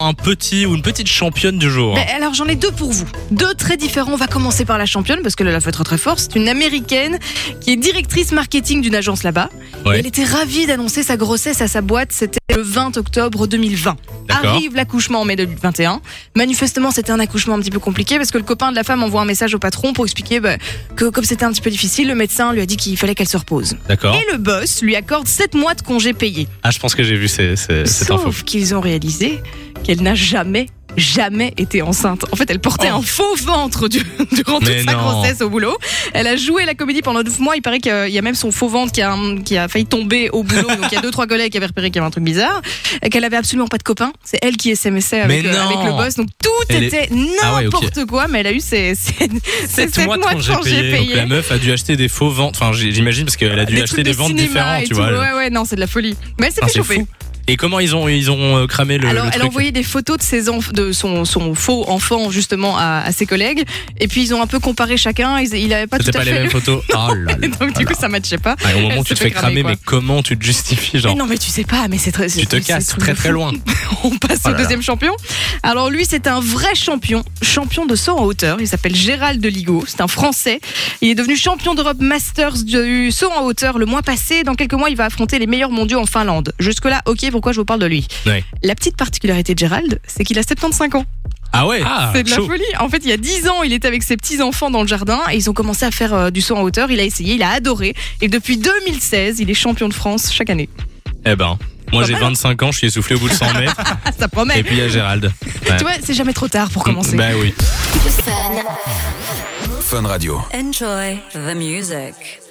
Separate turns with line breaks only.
un petit ou une petite championne du jour. hein.
Ben, alors j'en ai deux pour vous. Deux très différents. On va commencer par la championne parce que là, la faut être très fort. C'est une américaine qui est directrice marketing d'une agence là-bas.
Ouais.
Et Elle était ravie d'annoncer sa grossesse à sa boîte. C'était le 20 octobre 2020.
D'accord.
Arrive l'accouchement en mai 2021. Manifestement, c'était un accouchement un petit peu compliqué parce que le copain de la femme envoie un message au patron pour expliquer ben, que comme c'était un petit peu difficile, le médecin lui a dit qu'il fallait qu'elle se repose.
D'accord.
Et le boss lui accorde 7 mois de congé payé.
Ah, je pense que j'ai vu ces- ces- cette info.
Sauf qu'ils ont réalisé qu'elle n'a jamais, jamais été enceinte. En fait, elle portait
Oh.
un faux ventre du- durant toute
Mais
sa
non.
grossesse au boulot. Elle a joué la comédie pendant 9 mois. Il paraît qu'il y a même son faux ventre qui a, qui a failli tomber au boulot. Donc il y a deux, trois collègues qui avaient repéré qu'il y avait un truc bizarre. Et qu'elle avait absolument pas de copain. C'est elle qui SMSait avec,
Mais
euh,
non.
avec le boss. Donc tout
Elle est-
était
Ah ouais, ok.
n'importe quoi. Mais elle a eu ses, ses, ses
Sept mois de congé payé. Donc la meuf a dû acheter des faux ventes. Enfin, j- j'imagine parce qu'elle a dû
Euh, Des
acheter
trucs
des
de
ventes
cinéma
différentes,
et
tu
tout.
vois.
Ouais, ouais, non, c'est de la folie. Mais elle s'est
Enfin,
fait
c'est
chauffer.
fou. Et comment ils ont ils ont euh, cramé le,
Alors,
le
elle
truc
envoyait des photos de ses enf- de son, son faux enfant justement à, à ses collègues, et puis ils ont un peu comparé chacun. Ils, il avait pas tout
C'était
à
pas les
fait.
mêmes photos. Oh là là
Et donc
là
du coup,
là.
ça matchait pas.
Ouais, Au moment
elle
où tu te
se
fais
fait
cramer,
cramer,
mais
quoi.
comment tu te justifies, genre
Mais non, mais tu sais pas. Mais c'est très.
Tu te casses très très loin.
On passe
Oh
au
là là.
deuxième champion. Alors lui, c'est un vrai champion, champion de saut en hauteur. Il s'appelle Gérald Deligo. C'est un Français. Il est devenu champion d'Europe Masters du saut en hauteur le mois passé. Dans quelques mois, il va affronter les meilleurs mondiaux en Finlande. Jusque là, ok. Pourquoi je vous parle de lui
Ouais.
La petite particularité de Gérald, c'est qu'il a 75 ans.
Ah ouais Ah,
C'est de la
chaud.
folie. En fait, il y a 10 ans, il était avec ses petits-enfants dans le jardin et ils ont commencé à faire euh, du saut en hauteur. Il a essayé, il a adoré. Et depuis 2016, il est champion de France chaque année.
Eh ben, moi
Pas
j'ai
mal.
25 ans, je suis essoufflé au bout de 100 mètres.
Ah, ça promet.
Et puis il y a Gérald.
Tu vois, c'est jamais trop tard pour commencer.
Bah oui.
Fun.
Fun Radio.
Enjoy the music.